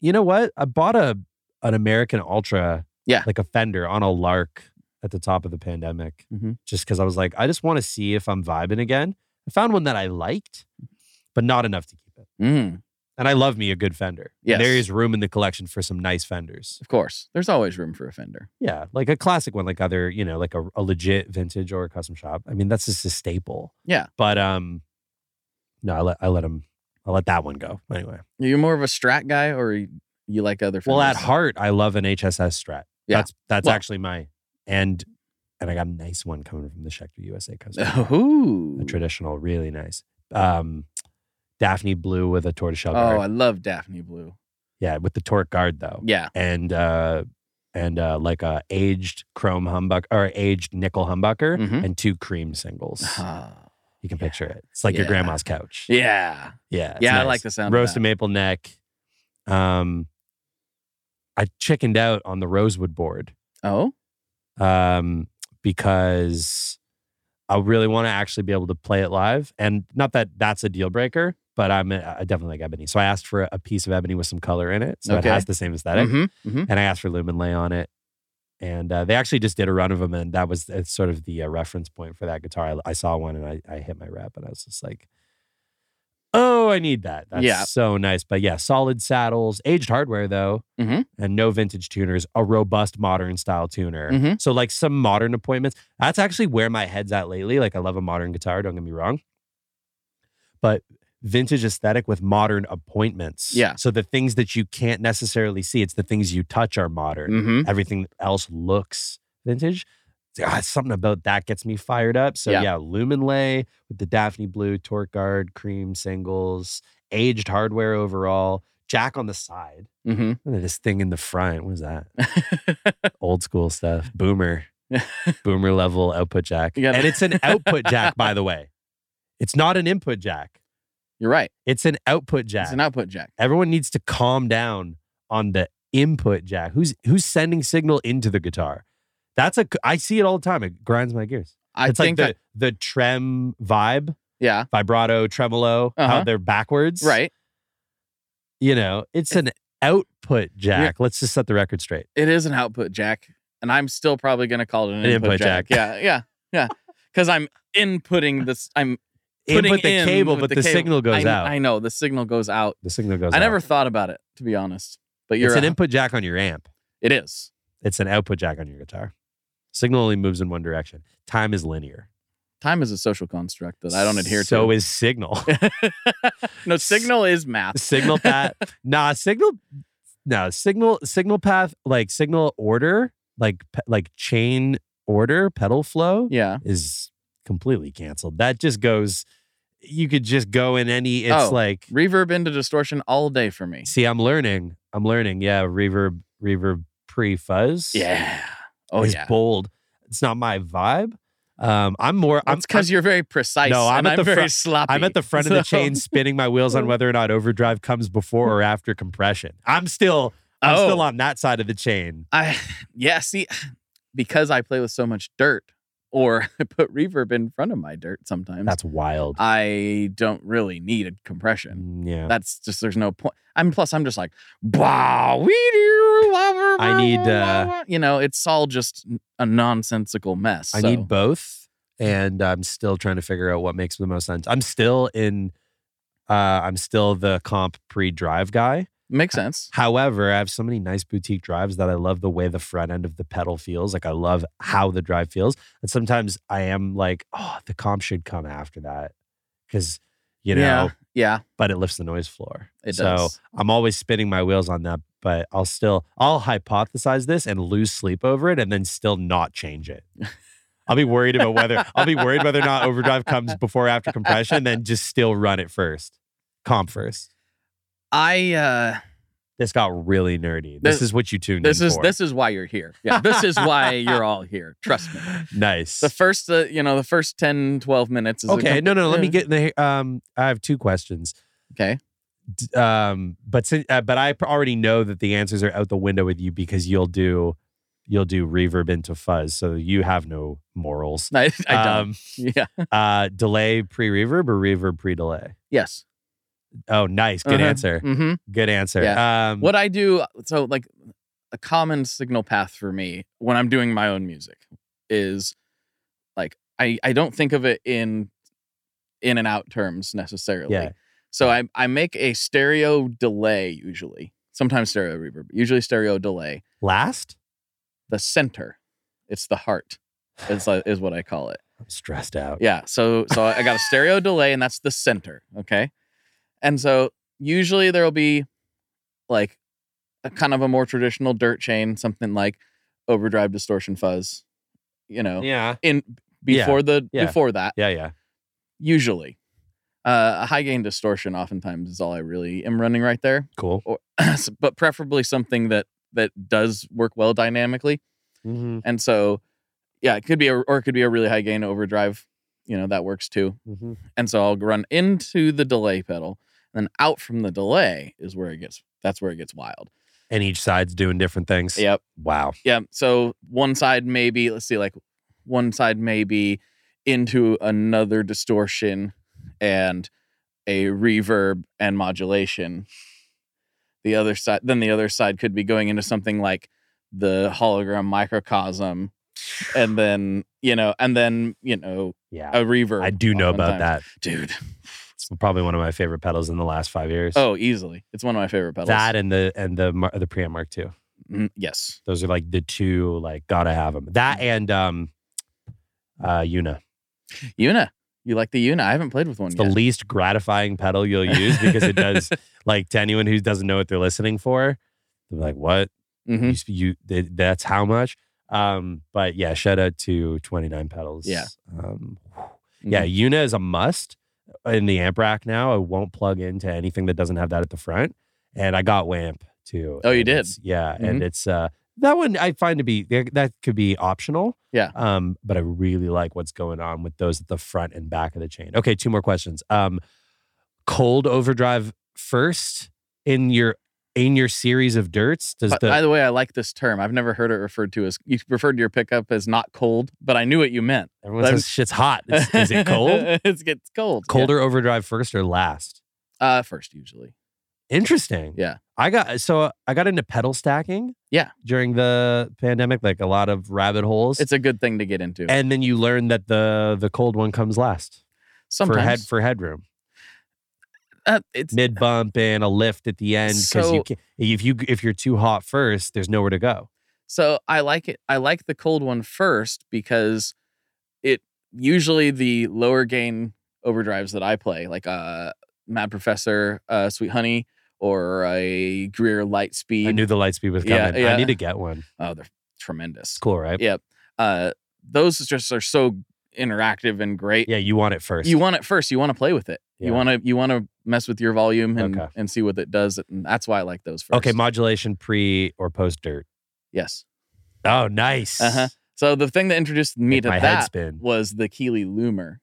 you know what? I bought a an American Ultra,
Yeah.
like a Fender on a lark at the top of the pandemic,
Mhm.
just because I was like, I just want to see if I'm vibing again. I found one that I liked, but not enough to keep it.
Mm,
And I love me a good Fender. And there
Yes.
is room in the collection for some nice Fenders.
of course. There's always room for a fender.
Yeah, like a classic one, like other, you know, like a, a legit vintage or a custom shop. I mean, that's just a staple.
Yeah.
But um, no, I let I let him I let that one go anyway.
You're more of a strat guy or you, you like other fenders?
Well, at heart, I love an HSS Strat.
Yeah.
that's that's
Well-
actually my and and I got a nice one coming from the Schecter USA customer.
Ooh.
A traditional, really nice. Um, Daphne blue with a tortoiseshell
Oh,
guard.
I love Daphne Blue.
yeah, with the torque guard though,
Yeah.
and uh and uh like a aged chrome humbucker or aged nickel humbucker
Mhm.
and two cream singles.
Ah,
You can
Yeah.
picture it. It's like your
Yeah.
grandma's couch.
yeah.
Yeah. it's
Yeah, I
nice.
like the sound of that.
Roasted maple neck. Um, I chickened out on the rosewood board
Oh.
um, because I really want to actually be able to play it live. And not that that's a deal breaker, but I'm uh, I definitely like ebony. So I asked for a piece of ebony with some color in it, so
Okay.
it has the same aesthetic.
Mm-hmm. Mm-hmm.
And I asked for lumen lay on it. And uh, they actually just did a run of them, and that was it's sort of the uh, reference point for that guitar. I, I saw one, and I, I hit my rep, and I was just like, "Oh, I need that. That's
Yeah.
so nice." But yeah, solid saddles, aged hardware though,
Mhm.
and no vintage tuners. A robust modern style tuner.
Mhm.
So like some modern appointments. That's actually where my head's at lately. Like I love a modern guitar. Don't get me wrong, but vintage aesthetic with modern appointments.
Yeah.
So the things that you can't necessarily see, it's the things you touch are modern
Mm-hmm.
everything else looks vintage. Ah, something about that gets me fired up. So
Yeah.
yeah, Lumen Lay with the Daphne Blue, Torque Guard, Cream singles, aged hardware overall, Jack on the side,
Mm-hmm.
and then this thing in the front. What is that? Old school stuff. Boomer. Boomer level output jack.
You gotta-
and it's an output jack, by the way. It's not an input jack.
You're right.
It's an output jack.
It's an output jack.
Everyone needs to calm down on the input jack. Who's who's sending signal into the guitar? That's a I see it all the time. It grinds my gears.
I
it's
think
like
that,
the the trem vibe,
yeah,
vibrato, tremolo,
Uh-huh.
how they're backwards.
right.
You know, it's an output jack. Let's just set the record straight.
It is an output jack, and I'm still probably going to call it an, input, jack. Yeah, yeah, yeah. because I'm inputting this. I'm putting
Input the
in
cable,
with
but the, signal goes
I,
out.
I know the signal goes out.
The signal goes.
I never
out.
thought about it to be honest, but you're
it's an
right.
input jack on your amp.
it is.
It's an output jack on your guitar. Signal only moves in one direction. Time is linear.
Time is a social construct that I don't adhere
So
to.
is signal.
no, signal is math.
signal path. Nah, signal. No, signal. Signal path. Like signal order. Like pe- like chain order. Pedal flow
Yeah.
is completely canceled. That just goes. You could just go in any. It's
Oh.
like
Reverb into distortion all day for me.
see. I'm learning. I'm learning. Yeah, reverb. Reverb pre fuzz.
Yeah. Oh,
is
yeah.
bold. It's not my vibe. Um, I'm more. I'm
That's because you're very precise.
No, I'm
and
at the
very
front-
sloppy.
I'm at the front of the
So-
chain spinning my wheels on whether or not overdrive comes before or after compression. I'm still I'm
Oh.
still on that side of the chain.
I yeah, see, because I play with so much dirt, or I put reverb in front of my dirt sometimes.
That's wild.
I don't really need a compression.
Mm, yeah.
That's just there's no point. I'm plus I'm just like bah we do blah, blah,
I
blah,
need,
blah, blah,
uh,
blah." you know it's all just a nonsensical mess.
I
so.
need both. And I'm still trying to figure out what makes the most sense. I'm still in uh I'm still the comp pre-drive guy.
makes
uh,
sense.
However, I have so many nice boutique drives that I love the way the front end of the pedal feels. Like I love how the drive feels. And sometimes I am like, oh, the comp should come after that. Cause you know,
yeah, yeah,
but it lifts the noise floor.
it
so
does.
I'm always spinning my wheels on that, but I'll still I'll hypothesize this and lose sleep over it and then still not change it. I'll be worried about whether I'll be worried whether or not overdrive comes before or after compression, and then just still run it first. Comp first.
I uh
This got really nerdy. This,
This-
is what you tuned
this
in
is
for.
this is why you're here. Yeah, this is why you're all here. Trust me.
Nice.
The first uh, you know the first 10 12 minutes is a
okay,
com-
no, no, let me
yeah.
get the um I have two questions.
Okay.
D- Um but sin- uh, but I pr- already know that the answers are out the window with you because you'll do you'll do reverb into fuzz, so you have no morals.
I, I don't.
Um,
yeah.
uh delay pre-reverb or reverb pre-delay?
Yes.
Oh, nice. Good
Uh-huh.
answer.
hmm
Good answer. Um
What I do, so like a common signal path for me when I'm doing my own music is like I I don't think of it in in and out terms necessarily.
Yeah.
So I I make a stereo delay usually, sometimes stereo reverb, usually stereo delay.
last?
The center, it's the heart, is uh, is what I call it.
I'm stressed out.
Yeah. So so I got a stereo delay, and that's the center. Okay. And so usually there will be like a kind of a more traditional dirt chain, something like overdrive distortion fuzz, you know,
Yeah.
in
Yeah.
before the
Yeah.
before that.
Yeah, yeah.
Usually. Uh, a high gain distortion oftentimes is all I really am running right there.
Cool.
Or but preferably something that that does work well dynamically.
Mm-hmm.
And so yeah, it could be a or it could be a really high gain overdrive. You know, that works too.
Mm-hmm.
And so I'll run into the delay pedal, and then out from the delay is where it gets. That's where it gets wild.
And each side's doing different things.
Yep.
Wow.
Yeah. So one side maybe. Let's see. Like one side maybe into another distortion and a reverb and modulation. The other side. Then the other side could be going into something like the hologram microcosm, and then you know, and then you know,
Yeah.
a reverb.
I do know about
oftentimes.
that.
dude.
It's probably one of my favorite pedals in the last five years.
Oh, easily. It's one of my favorite pedals.
that and the and the Mar- the preamp Mark II.
Mm, yes.
Those are like the two like gotta have them. That and um, uh, Una.
Una. You like the Una? I haven't played with one
It's the
yet.
least gratifying pedal you'll use because it does like to anyone who doesn't know what they're listening for. They're like, what
Mhm.
you, sp- you th- that's how much. Um, but yeah, shout out to Twenty Nine Pedals.
Yeah. Mm-hmm.
Um, yeah, Una is a must in the amp rack now. I won't plug into anything that doesn't have that at the front. And I got Wamp too.
Oh, you
and
did? Mm-hmm.
it's- Yeah, and it's uh that one I find to be that that could be optional.
Yeah.
Um, but I really like what's going on with those at the front and back of the chain. Okay, two more questions. Um, cold overdrive first in your in your series of dirts. Does
By,
the
by the way, I like this term. I've never heard it referred to as. You referred to your pickup as not cold, but I knew what you meant.
everyone says shit's hot? Is, is it cold?
it gets cold. yeah.
Colder overdrive first or last?
Uh, first, usually.
Interesting.
Yeah.
I got so I got into pedal stacking.
Yeah.
During the pandemic, like a lot of rabbit holes.
It's a good thing to get into.
and then you learn that the the cold one comes last
Sometimes
for head for headroom
uh, it's
mid bump and a lift at the end because
So-
you can, if you if you're too hot first there's nowhere to go
So I like it. I like the cold one first because it usually the lower gain overdrives that I play, like uh, Mad Professor, uh, Sweet Honey, or a Greer Light Speed.
I knew the light speed was
Yeah,
coming
yeah.
I need to get one
oh, they're tremendous.
it's cool right
Yep. Uh, those just are so interactive and great.
yeah you want it first
You want it first. You want to play with it. You
Yeah.
want to you want to mess with your volume and,
Okay.
and see what it does. And that's why I like those first.
okay modulation pre or post dirt
yes.
oh nice
Uh-huh. So the thing that introduced me
Make
to
my
that
head spin
was the Keeley Loomer.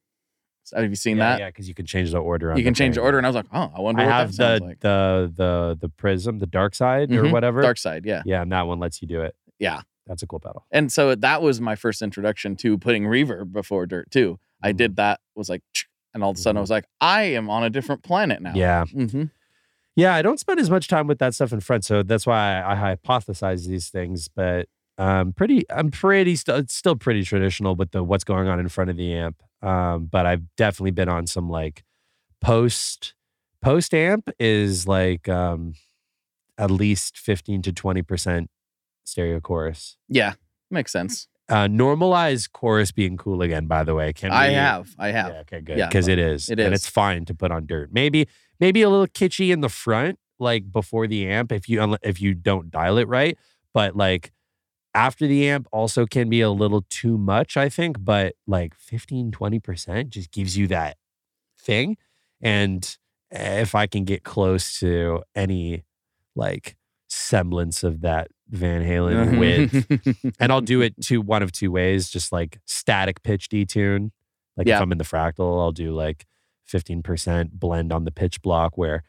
So have you seen
yeah,
that?
yeah because you can change the order on
you can
the
change the
thing.
order, and I was like, oh, I wonder
I
what
have
that sounds
the,
like.
the the the prism the dark side or
Mhm.
whatever
Dark Side, yeah,
yeah and that one lets you do it
yeah.
that's a cool pedal
And so that was my first introduction to putting reverb before dirt too. I
Mhm.
did that, was like, and all of a sudden I
Mhm.
was like, I am on a different planet now.
yeah
hmm
Yeah, I don't spend as much time with that stuff in front, so that's why I, I hypothesize these things. But um, pretty, I'm pretty st- it's still pretty traditional with the what's going on in front of the amp. Um, but I've definitely been on some like post post amp is like um, at least fifteen to twenty percent stereo chorus.
yeah, makes sense.
Uh, normalize chorus being cool again. By the way, can
I
we-
have, I have.
yeah, okay, good.
Yeah.
Because it is.
It
And
is.
it's fine to put on dirt. Maybe maybe a little kitschy in the front, like before the amp, if you unle- if you don't dial it right. But like after the amp also can be a little too much, I think. But like 15, 20% just gives you that thing. And if I can get close to any like semblance of that Van
Mm-hmm.
Halen width, and I'll do it two one of two ways, just like static pitch detune. Like
Yeah.
if I'm in the fractal, I'll do like 15% blend on the pitch block where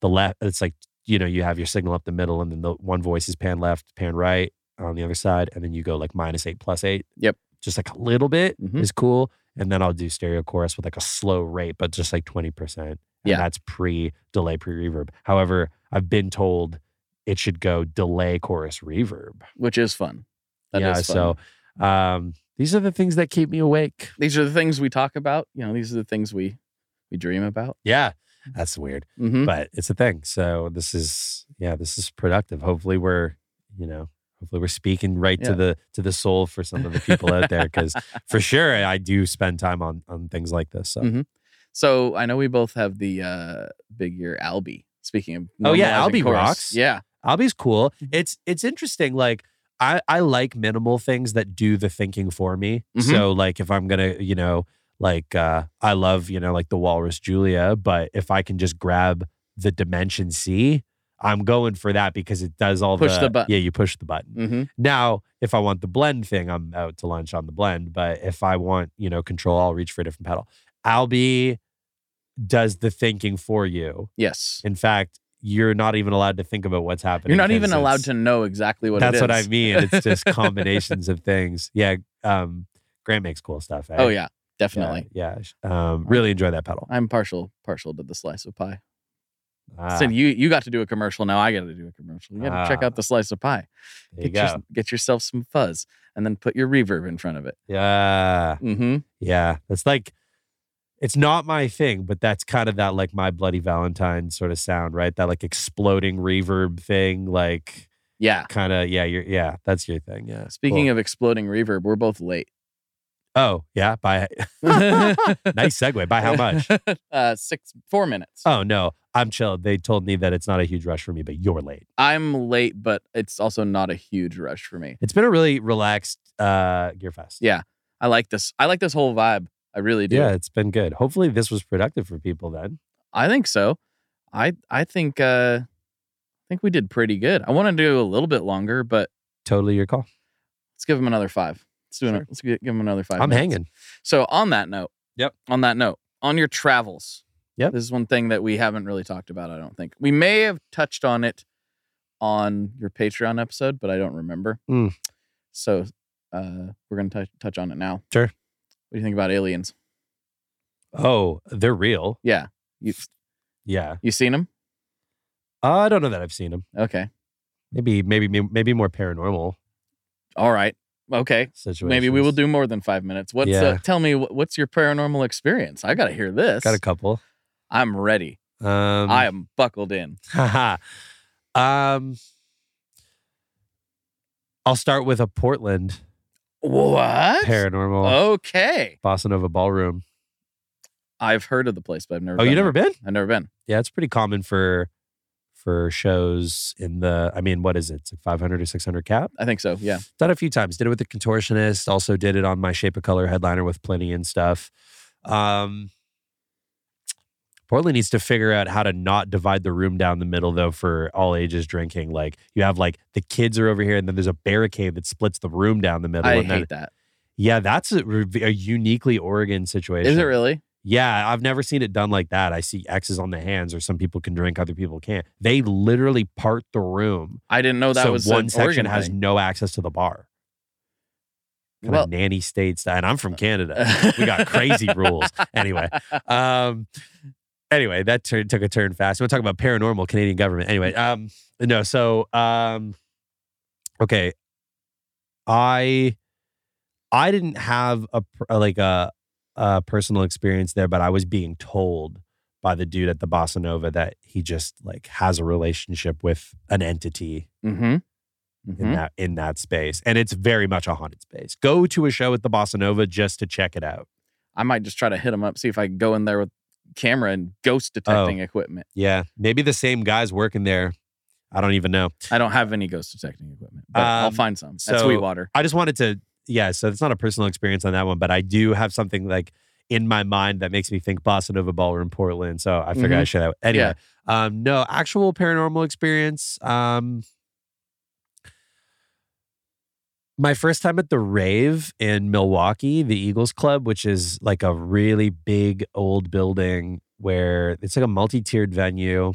the left it's like, you know, you have your signal up the middle and then the one voice is pan left, pan right on the other side, and then you go like minus eight plus eight.
Yep.
Just like a little bit
Mhm.
is cool. And then I'll do stereo chorus with like a slow rate, but just like 20%. And
Yeah.
that's pre delay, pre reverb. However, I've been told it should go delay chorus reverb
which is fun. That is
yeah,
fun.
so um, these are the things that keep me awake.
these are the things we talk about. You know, these are the things we we dream about.
Yeah, that's weird,
hmm
but it's a thing. So this is yeah, this is productive. Hopefully, we're you know, hopefully we're speaking right
Yeah.
to the to the soul for some of the people out there because for sure I do spend time on on things like this. So.
Mhm. So I know we both have the uh big year Albie. Speaking of,
Oh, yeah,
normalizing
Albie
chorus.
rocks.
Yeah,
Albie's cool.
Mm-hmm.
It's it's interesting. Like I I like minimal things that do the thinking for me.
Mhm.
So like if I'm gonna you know like uh I love you know like the Walrus Julia, but if I can just grab the Dimension C, I'm going for that because it does all
Push the button.
Yeah, you push the button.
hmm
Now, if I want the blend thing, I'm out to lunch on the blend. But if I want, you know, control, I'll reach for a different pedal. Albie does the thinking for you.
yes.
In fact, you're not even allowed to think about what's happening.
You're not
'cause
even allowed
it's-
to know exactly what
That's
it is.
what I mean. It's just combinations of things. Yeah. Um, Grant makes cool stuff. eh?
Oh yeah,
Yeah,
definitely.
Yeah. Um, really enjoy that pedal.
I'm partial partial to the slice of pie.
Ah,
Sid, you you got to do a commercial now. I got to do a commercial. You got to check
Ah.
out the slice of pie.
there you
get, your-
go.
get yourself some fuzz, and then put your reverb in front of it.
Yeah.
Mm-hmm.
Yeah. That's like, it's not my thing, but that's kind of that like my bloody Valentine sort of sound, right? That like exploding reverb thing, like
Yeah.
kind of, yeah, you're, yeah, that's your thing. Yeah.
Speaking of exploding reverb, we're both late.
of, oh, yeah, by, nice segue. By how much?
uh, six four minutes.
Oh no, I'm chill. They told me that it's not a huge rush for me, but you're late.
I'm late, but it's also not a huge rush for me.
It's been a really relaxed uh Gearfest.
Yeah, I like this. I like this whole vibe. I really do.
Yeah, it's been good. Hopefully this was productive for people then.
I think so. I I think uh I think we did pretty good. I want to do a little bit longer, but
Totally your call.
let's give him another five. Let's do it.
Sure.
Let's gi- give him another 5
I'm
minutes.
hanging.
So on that note,
Yep.
On that note, on your travels,
Yep.
This is one thing that we haven't really talked about. I don't think we may have touched on it on your Patreon episode, but I don't remember.
Mm.
So uh, we're gonna touch touch on it now.
Sure.
What do you think about aliens?
Oh, they're real.
Yeah, you
Yeah.
you seen them?
I don't know that I've seen him.
Okay.
Maybe, maybe, maybe more paranormal
All right. Okay.
situations.
Maybe we will do more than five minutes. What's uh,
Yeah.
tell me wh- what's your paranormal experience? I gotta hear this.
Got a couple.
I'm ready.
Um,
I am buckled in.
Haha. um, I'll start with a Portland
What? Oh.
paranormal
Okay.
Bossa Nova ballroom.
I've heard of the place, but I've never.
Oh,
been
you never been?
there. I've never been.
Yeah, it's pretty common for for shows in the. I mean, what is it? It's like five hundred or six hundred cap.
I think so. Yeah.
Done it a few times. Did it with the contortionist. Also did it on my Shape of Color headliner with Plenty and stuff. Um, Portland needs to figure out how to not divide the room down the middle though for all ages drinking. Like you have like the kids are over here, and then there's a barricade that splits the room down the middle.
I
and then,
hate that.
Yeah, that's a, a uniquely Oregon situation.
Is it really?
Yeah, I've never seen it done like that. I see X's on the hands, or some people can drink, other people can't. They literally part the room.
I didn't know Oh, that
so
was
one
an
section
Oregon
has
thing.
no access to the bar. Kind
Well- Uh,
of nanny state style. And I'm from Canada. we got crazy rules. Anyway, um, anyway, that turn, took a turn fast. We'll talk about paranormal Canadian government. Anyway, um, no, so um, okay, I I didn't have a pr- uh, like a, a personal experience there, but I was being told by the dude at the Bossa Nova that he just like has a relationship with an entity
Mm-hmm.
in that in that space, and it's very much a haunted space. Go to a show at the Bossa Nova just to check it out.
I might just try to hit them up, see if I can go in there with camera and ghost
Oh.
detecting equipment.
Yeah, maybe the same guys working there. I don't even know.
I don't have any ghost detecting equipment, but I'll
Um,
find some. That's
so-
Sweetwater.
I just wanted to, yeah. So it's not a personal experience on that one, but I do have something like in my mind that makes me think Bossa Nova Ballroom Portland. So I figured I should have. Anyway, um, no actual paranormal experience. Um, my first time at the rave in Milwaukee, the Eagles Club, which is like a really big old building where it's like a multi-tiered venue.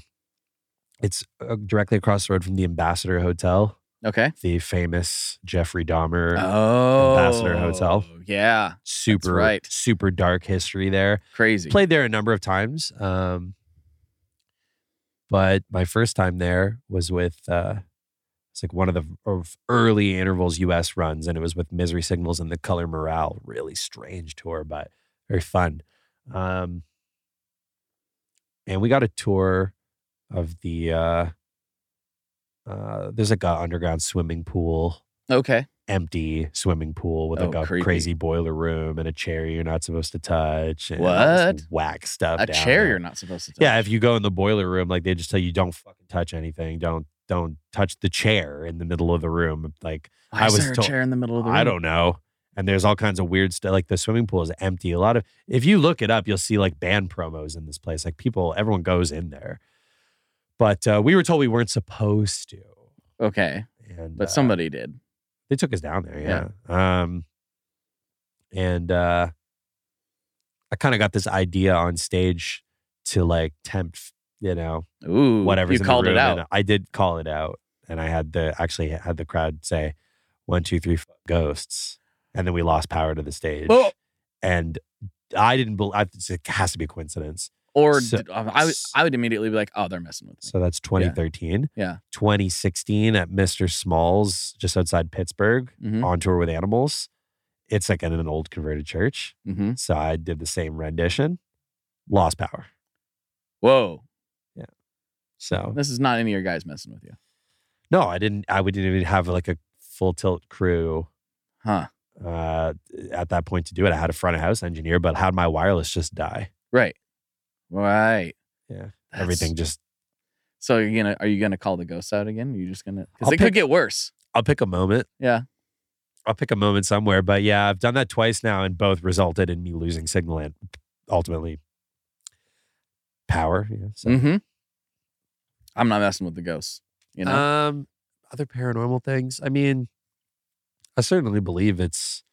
It's uh, directly across the road from the Ambassador Hotel
Okay.
the famous Jeffrey Dahmer.
Oh,
Ambassador Hotel.
Yeah,
super
right.
super dark history there.
crazy.
Played there a number of times. Um but my first time there was with uh it's like one of the of early intervals US runs and it was with Misery Signals and the Color Morale. Really strange tour, but very fun. Um and we got a tour of the uh uh there's like a underground swimming pool
okay.
empty swimming pool with
Oh,
like a
creepy.
crazy boiler room and a chair you're not supposed to touch. And all this
What?
whack stuff?
A
down
chair
there.
you're not supposed to. Touch.
Yeah, if you go in the boiler room, like they just tell you don't fucking touch anything. Don't don't touch the chair in the middle of the room. Like
Why
I
is
was
there a
told-
chair in the middle of the room.
I don't know. And there's all kinds of weird stuff. Like the swimming pool is empty. A lot of if you look it up, you'll see like band promos in this place. Like people, everyone goes in there. But uh, we were told we weren't supposed to.
Okay,
And
but
uh,
somebody did.
they took us down there
Yeah.
yeah, um and uh i kind of got this idea on stage to like tempt you know
Ooh,
whatever's
you
in the
called it
room, and
out.
i did call it out and i had the actually had the crowd say one two three f- ghosts and then we lost power to the stage
Well-
and i didn't believe it has to be a coincidence
Or
So-
did, I, would, I would immediately be like, oh, they're messing with me.
so that's 2013
Yeah.
2016 at mr small's just outside pittsburgh
hmm
on tour with animals. It's like in an old converted church.
hmm
So I did the same rendition, lost power.
Whoa,
So
this is not any of your guys messing with you,
no, I didn't. I would- didn't even have like a full tilt crew
huh?
uh, at that point to do it. I had a front of house engineer, but had my wireless just die.
Right, right.
Yeah.
That's-
Everything just.
So you're gonna are you gonna call the ghosts out again? You're just gonna because
I'll
it could
pick-
get worse.
I'll pick a moment.
Yeah.
I'll pick a moment somewhere. But yeah, I've done that twice now, and both resulted in me losing signal and ultimately power. Yeah. So.
Mm-hmm. I'm not messing with the ghosts. You know.
Um, other paranormal things. I mean, I certainly believe it's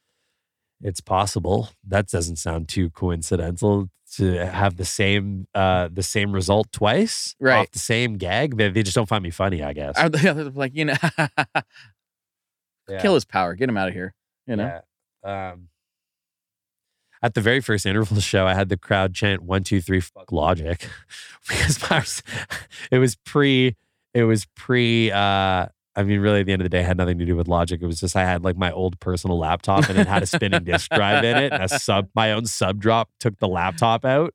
it's possible. That doesn't sound too coincidental to have the same uh the same result twice,
Right.
Off the same gag. They, they just don't find me funny, I guess.
Are they they're like you know?
Yeah.
Kill his power. Get him out of here. You know.
Yeah. Um, at the very first interval show, I had the crowd chant one, two, three, fuck logic. because my, it was pre it was pre uh I mean, really, at the end of the day, it had nothing to do with logic. It was just I had like my old personal laptop, and it had a spinning disk drive in it, and a sub, my own sub drop took the laptop out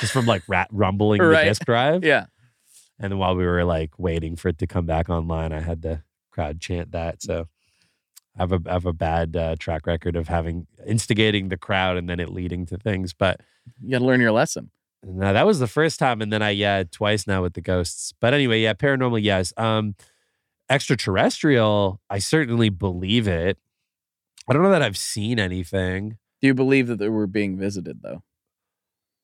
just from like rat rumbling
Right.
the disk drive.
Yeah.
And then while we were like waiting for it to come back online, I had the crowd chant that. So I have a I have a bad uh, track record of having instigating the crowd and then it leading to things. But
You got to learn your lesson.
no, that was the first time, and then I yeah twice now with the ghosts. But anyway, yeah, paranormal, yes. Um, extraterrestrial, I certainly believe it. I don't know that I've seen anything.
Do you believe that they were being visited, though?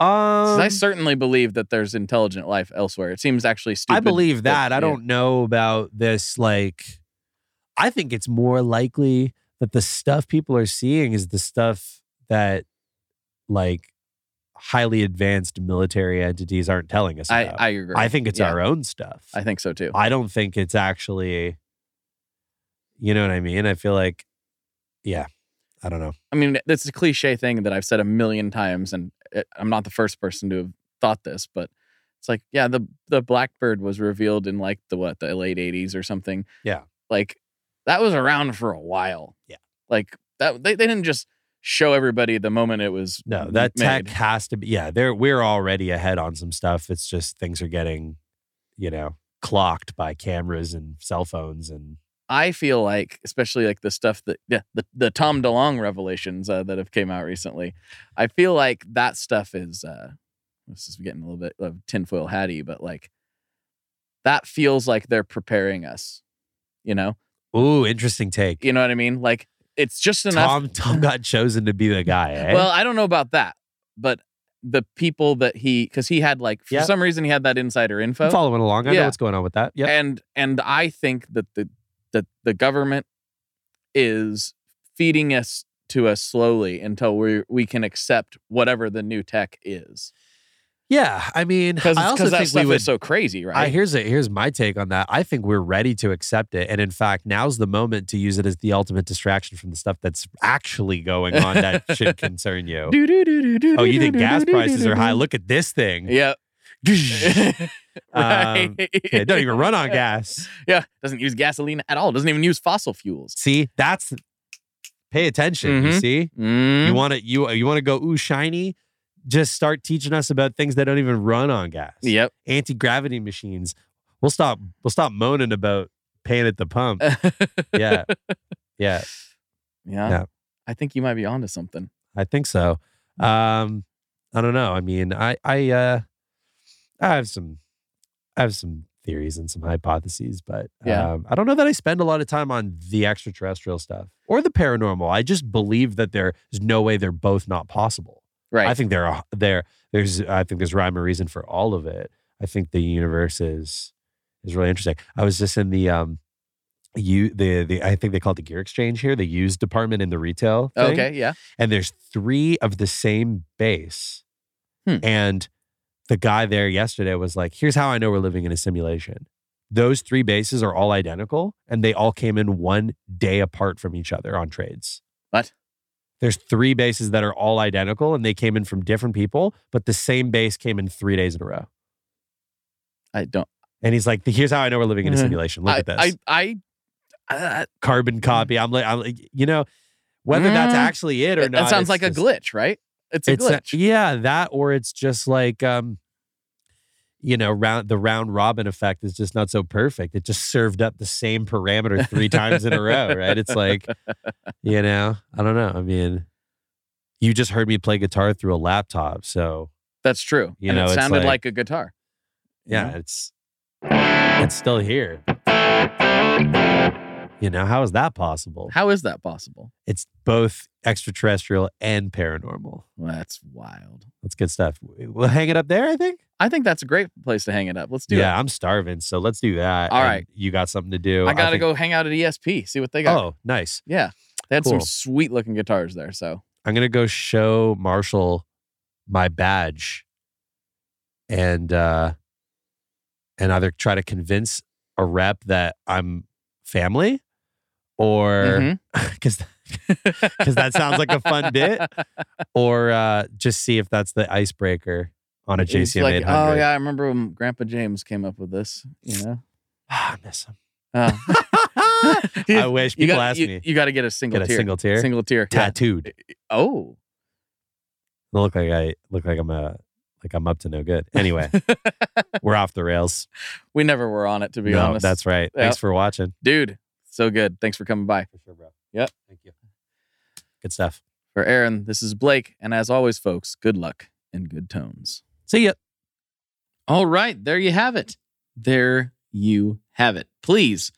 Um,
'Cause I certainly believe that there's intelligent life elsewhere. It seems actually stupid.
I believe that. I
yeah.
don't know about this. Like, I think it's more likely that the stuff people are seeing is the stuff that, like, highly advanced military entities aren't telling us.
I,
about.
I agree.
I think it's
Yeah.
our own stuff.
I think so too.
I don't think it's actually, you know what I mean? I feel like, yeah, I don't know.
I mean, that's a cliche thing that I've said a million times, and it, I'm not the first person to have thought this, but it's like, yeah, the the Blackbird was revealed in like the what the late '80s or something.
Yeah.
like that was around for a while.
Yeah.
like that they, they didn't just show everybody the moment it was
No, that
made.
tech has to be. Yeah, there we're already ahead on some stuff. It's just things are getting, you know, clocked by cameras and cell phones and
I feel like, especially like the stuff that yeah, the the Tom DeLong revelations uh, that have came out recently. I feel like that stuff is uh, this is getting a little bit of tinfoil hatty, but like that feels like they're preparing us. You know,
ooh, interesting take.
you know what I mean. Like it's just enough.
Tom Tom got chosen to be the guy. Eh?
Well, I don't know about that, but the people that he because he had like for
Yeah.
some reason he had that insider info.
I'm following along. I know
yeah. Eh.
what's going on with that. Yeah,
and and I think that the that the government is feeding us to us slowly until we we can accept whatever the new tech is
yeah. I mean,
because
I also
that
think we
stuff
would.
is so crazy, right?
I, here's a, here's my take on that. I think we're ready to accept it, and in fact, now's the moment to use it as the ultimate distraction from the stuff that's actually going on that should concern you. Oh, you think gas prices are high? Look at this thing.
Yeah. right.
Um, Yeah, don't even run on gas.
Yeah, doesn't use gasoline at all. Doesn't even use fossil fuels.
See, that's pay attention.
Mhm.
You see,
Mm.
you want to you you want to go ooh shiny. Just start teaching us about things that don't even run on gas.
Yep.
anti gravity machines. We'll stop. We'll stop moaning about paying at the pump. Yeah, yeah.
yeah.
Yeah.
I think you might be onto something.
I think so. Um, I don't know. I mean, I I uh, I have some I have some theories and some hypotheses, but
Yeah.
um, I don't know that I spend a lot of time on the extraterrestrial stuff or the paranormal. I just believe that there's no way they're both not possible.
Right.
I think there are there there's I think there's rhyme or reason for all of it. I think the universe is is really interesting. I was just in the um you the the I think they call it the gear exchange here, the used department in the retail. thing
okay. Yeah.
and there's three of the same base.
Hmm.
And the guy there yesterday was like, here's how I know we're living in a simulation. Those three bases are all identical and they all came in one day apart from each other on trades.
What?
There's three bases that are all identical and they came in from different people, but the same base came in three days in a row.
I don't.
And he's like, here's how I know we're living in a
Mhm.
simulation. Look
I,
at this.
I. I. I mm-hmm.
Carbon copy. I'm like, I'm like, you know, whether that's
Mm.
actually it or
It-
not.
That sounds
it's
like a
just-
glitch, right? It's a
a-
glitch.
yeah, that or it's just like um you know, round the round robin effect is just not so perfect. It just served up the same parameter three times in a row, right? It's like, you know, I don't know. I mean, you just heard me play guitar through a laptop, so
That's true.
You
and
know,
it
it's
sounded like,
like-
a guitar. you
yeah,
know?
it's it's still here. You know, how is that possible?
How is that possible?
It's both extraterrestrial and paranormal.
Well, that's wild.
That's good stuff. We'll hang it up there, I think.
I think that's a great place to hang it up. Let's do
yeah, I'm starving, so let's do that.
All
And
right.
you got something to
it.
do.
I gotta
think-
go hang out at ESP, see what they got.
Oh, nice.
yeah. They had some
cool.
sweet looking guitars there. So
I'm gonna go show Marshall my badge, and uh, and either try to convince a rep that I'm family, or
Mhm.
because
Mm-hmm.
because that sounds like a fun bit, or uh, just see if that's the icebreaker on a
It's
JCM
like,
800.
oh yeah, I remember when Grandpa James came up with this, you know?
Ah,
I miss him.
Oh.
I wish
you
people
got,
ask
you,
me.
you got to get a single
Get a
tier.
single tier?
Single tier. Yeah.
tattooed.
Oh.
I look like I look like I'm a like I'm up to no good. Anyway, we're off the rails.
we never were on it, to be
no,
honest.
that's right.
Yeah.
Thanks for watching.
Dude, so good. Thanks for coming by.
For sure, bro.
Yep.
Thank you.
Good stuff.
For Aaron, this is Blake. And as always, folks, good luck and good tones.
See ya.
All right, there you have it. There you have it. Please,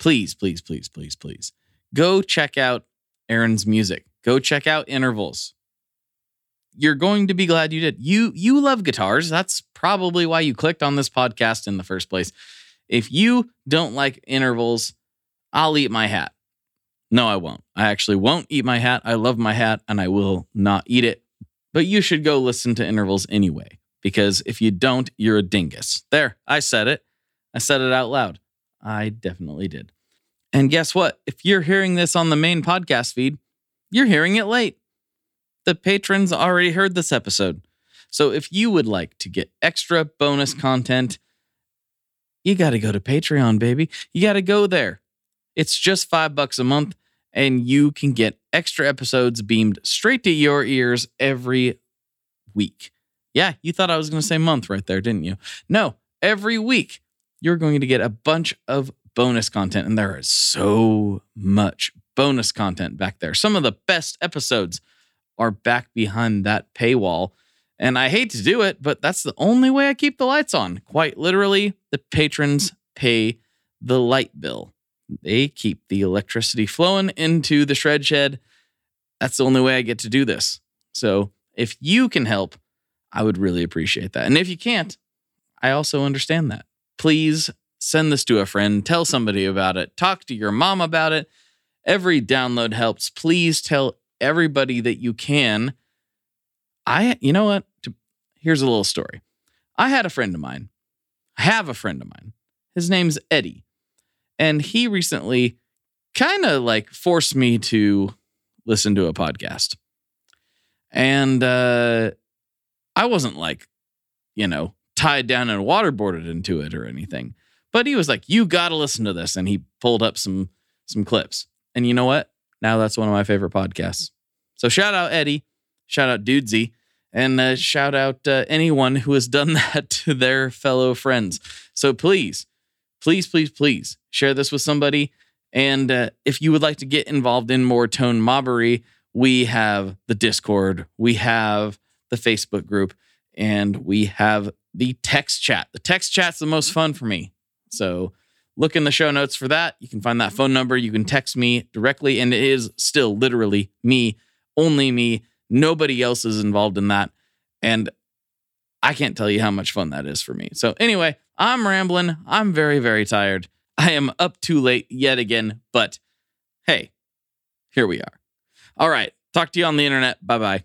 please, please, please, please, please go check out Aaron's music. Go check out Intervals. You're going to be glad you did. You you love guitars. That's probably why you clicked on this podcast in the first place. If you don't like Intervals, I'll eat my hat. No, I won't. I actually won't eat my hat. I love my hat and I will not eat it. But you should go listen to Intervals anyway because if you don't, you're a dingus. There, I said it. I said it out loud. I definitely did. And guess what? If you're hearing this on the main podcast feed, you're hearing it late. The patrons already heard this episode. So if you would like to get extra bonus content, you got to go to Patreon, baby. You got to go there. It's just five bucks a month, and you can get extra episodes beamed straight to your ears every week. Yeah, you thought I was going to say month right there, didn't you? No, every week you're going to get a bunch of bonus content, and there is so much bonus content back there. Some of the best episodes are back behind that paywall. And I hate to do it, but that's the only way I keep the lights on. Quite literally, the patrons pay the light bill. They keep the electricity flowing into the shred shed. That's the only way I get to do this. So if you can help, I would really appreciate that. And if you can't, I also understand that. Please send this to a friend, tell somebody about it, talk to your mom about it. Every download helps. Please tell everybody that you can. I, you know what? To- Here's a little story. I had a friend of mine. I have a friend of mine. His name's Eddie. And he recently kind of like forced me to listen to a podcast. And, uh, I wasn't like, you know, tied down and waterboarded into it or anything. But he was like, "You got to listen to this," and he pulled up some some clips. And you know what? Now that's one of my favorite podcasts. So shout out Eddie, shout out Dudesy, and uh, shout out uh, anyone who has done that to their fellow friends. So please, please, please, please share this with somebody. And uh, if you would like to get involved in more tone mobbery, we have the Discord, we have the Facebook group, and we have the text chat. The text chat's the most fun for me. So look in the show notes for that. You can find that phone number. You can text me directly, and it is still literally me, only me. Nobody else is involved in that. And I can't tell you how much fun that is for me. So, anyway, I'm rambling. I'm very, very tired. I am up too late yet again, but hey, here we are. All right. Talk to you on the internet. Bye bye.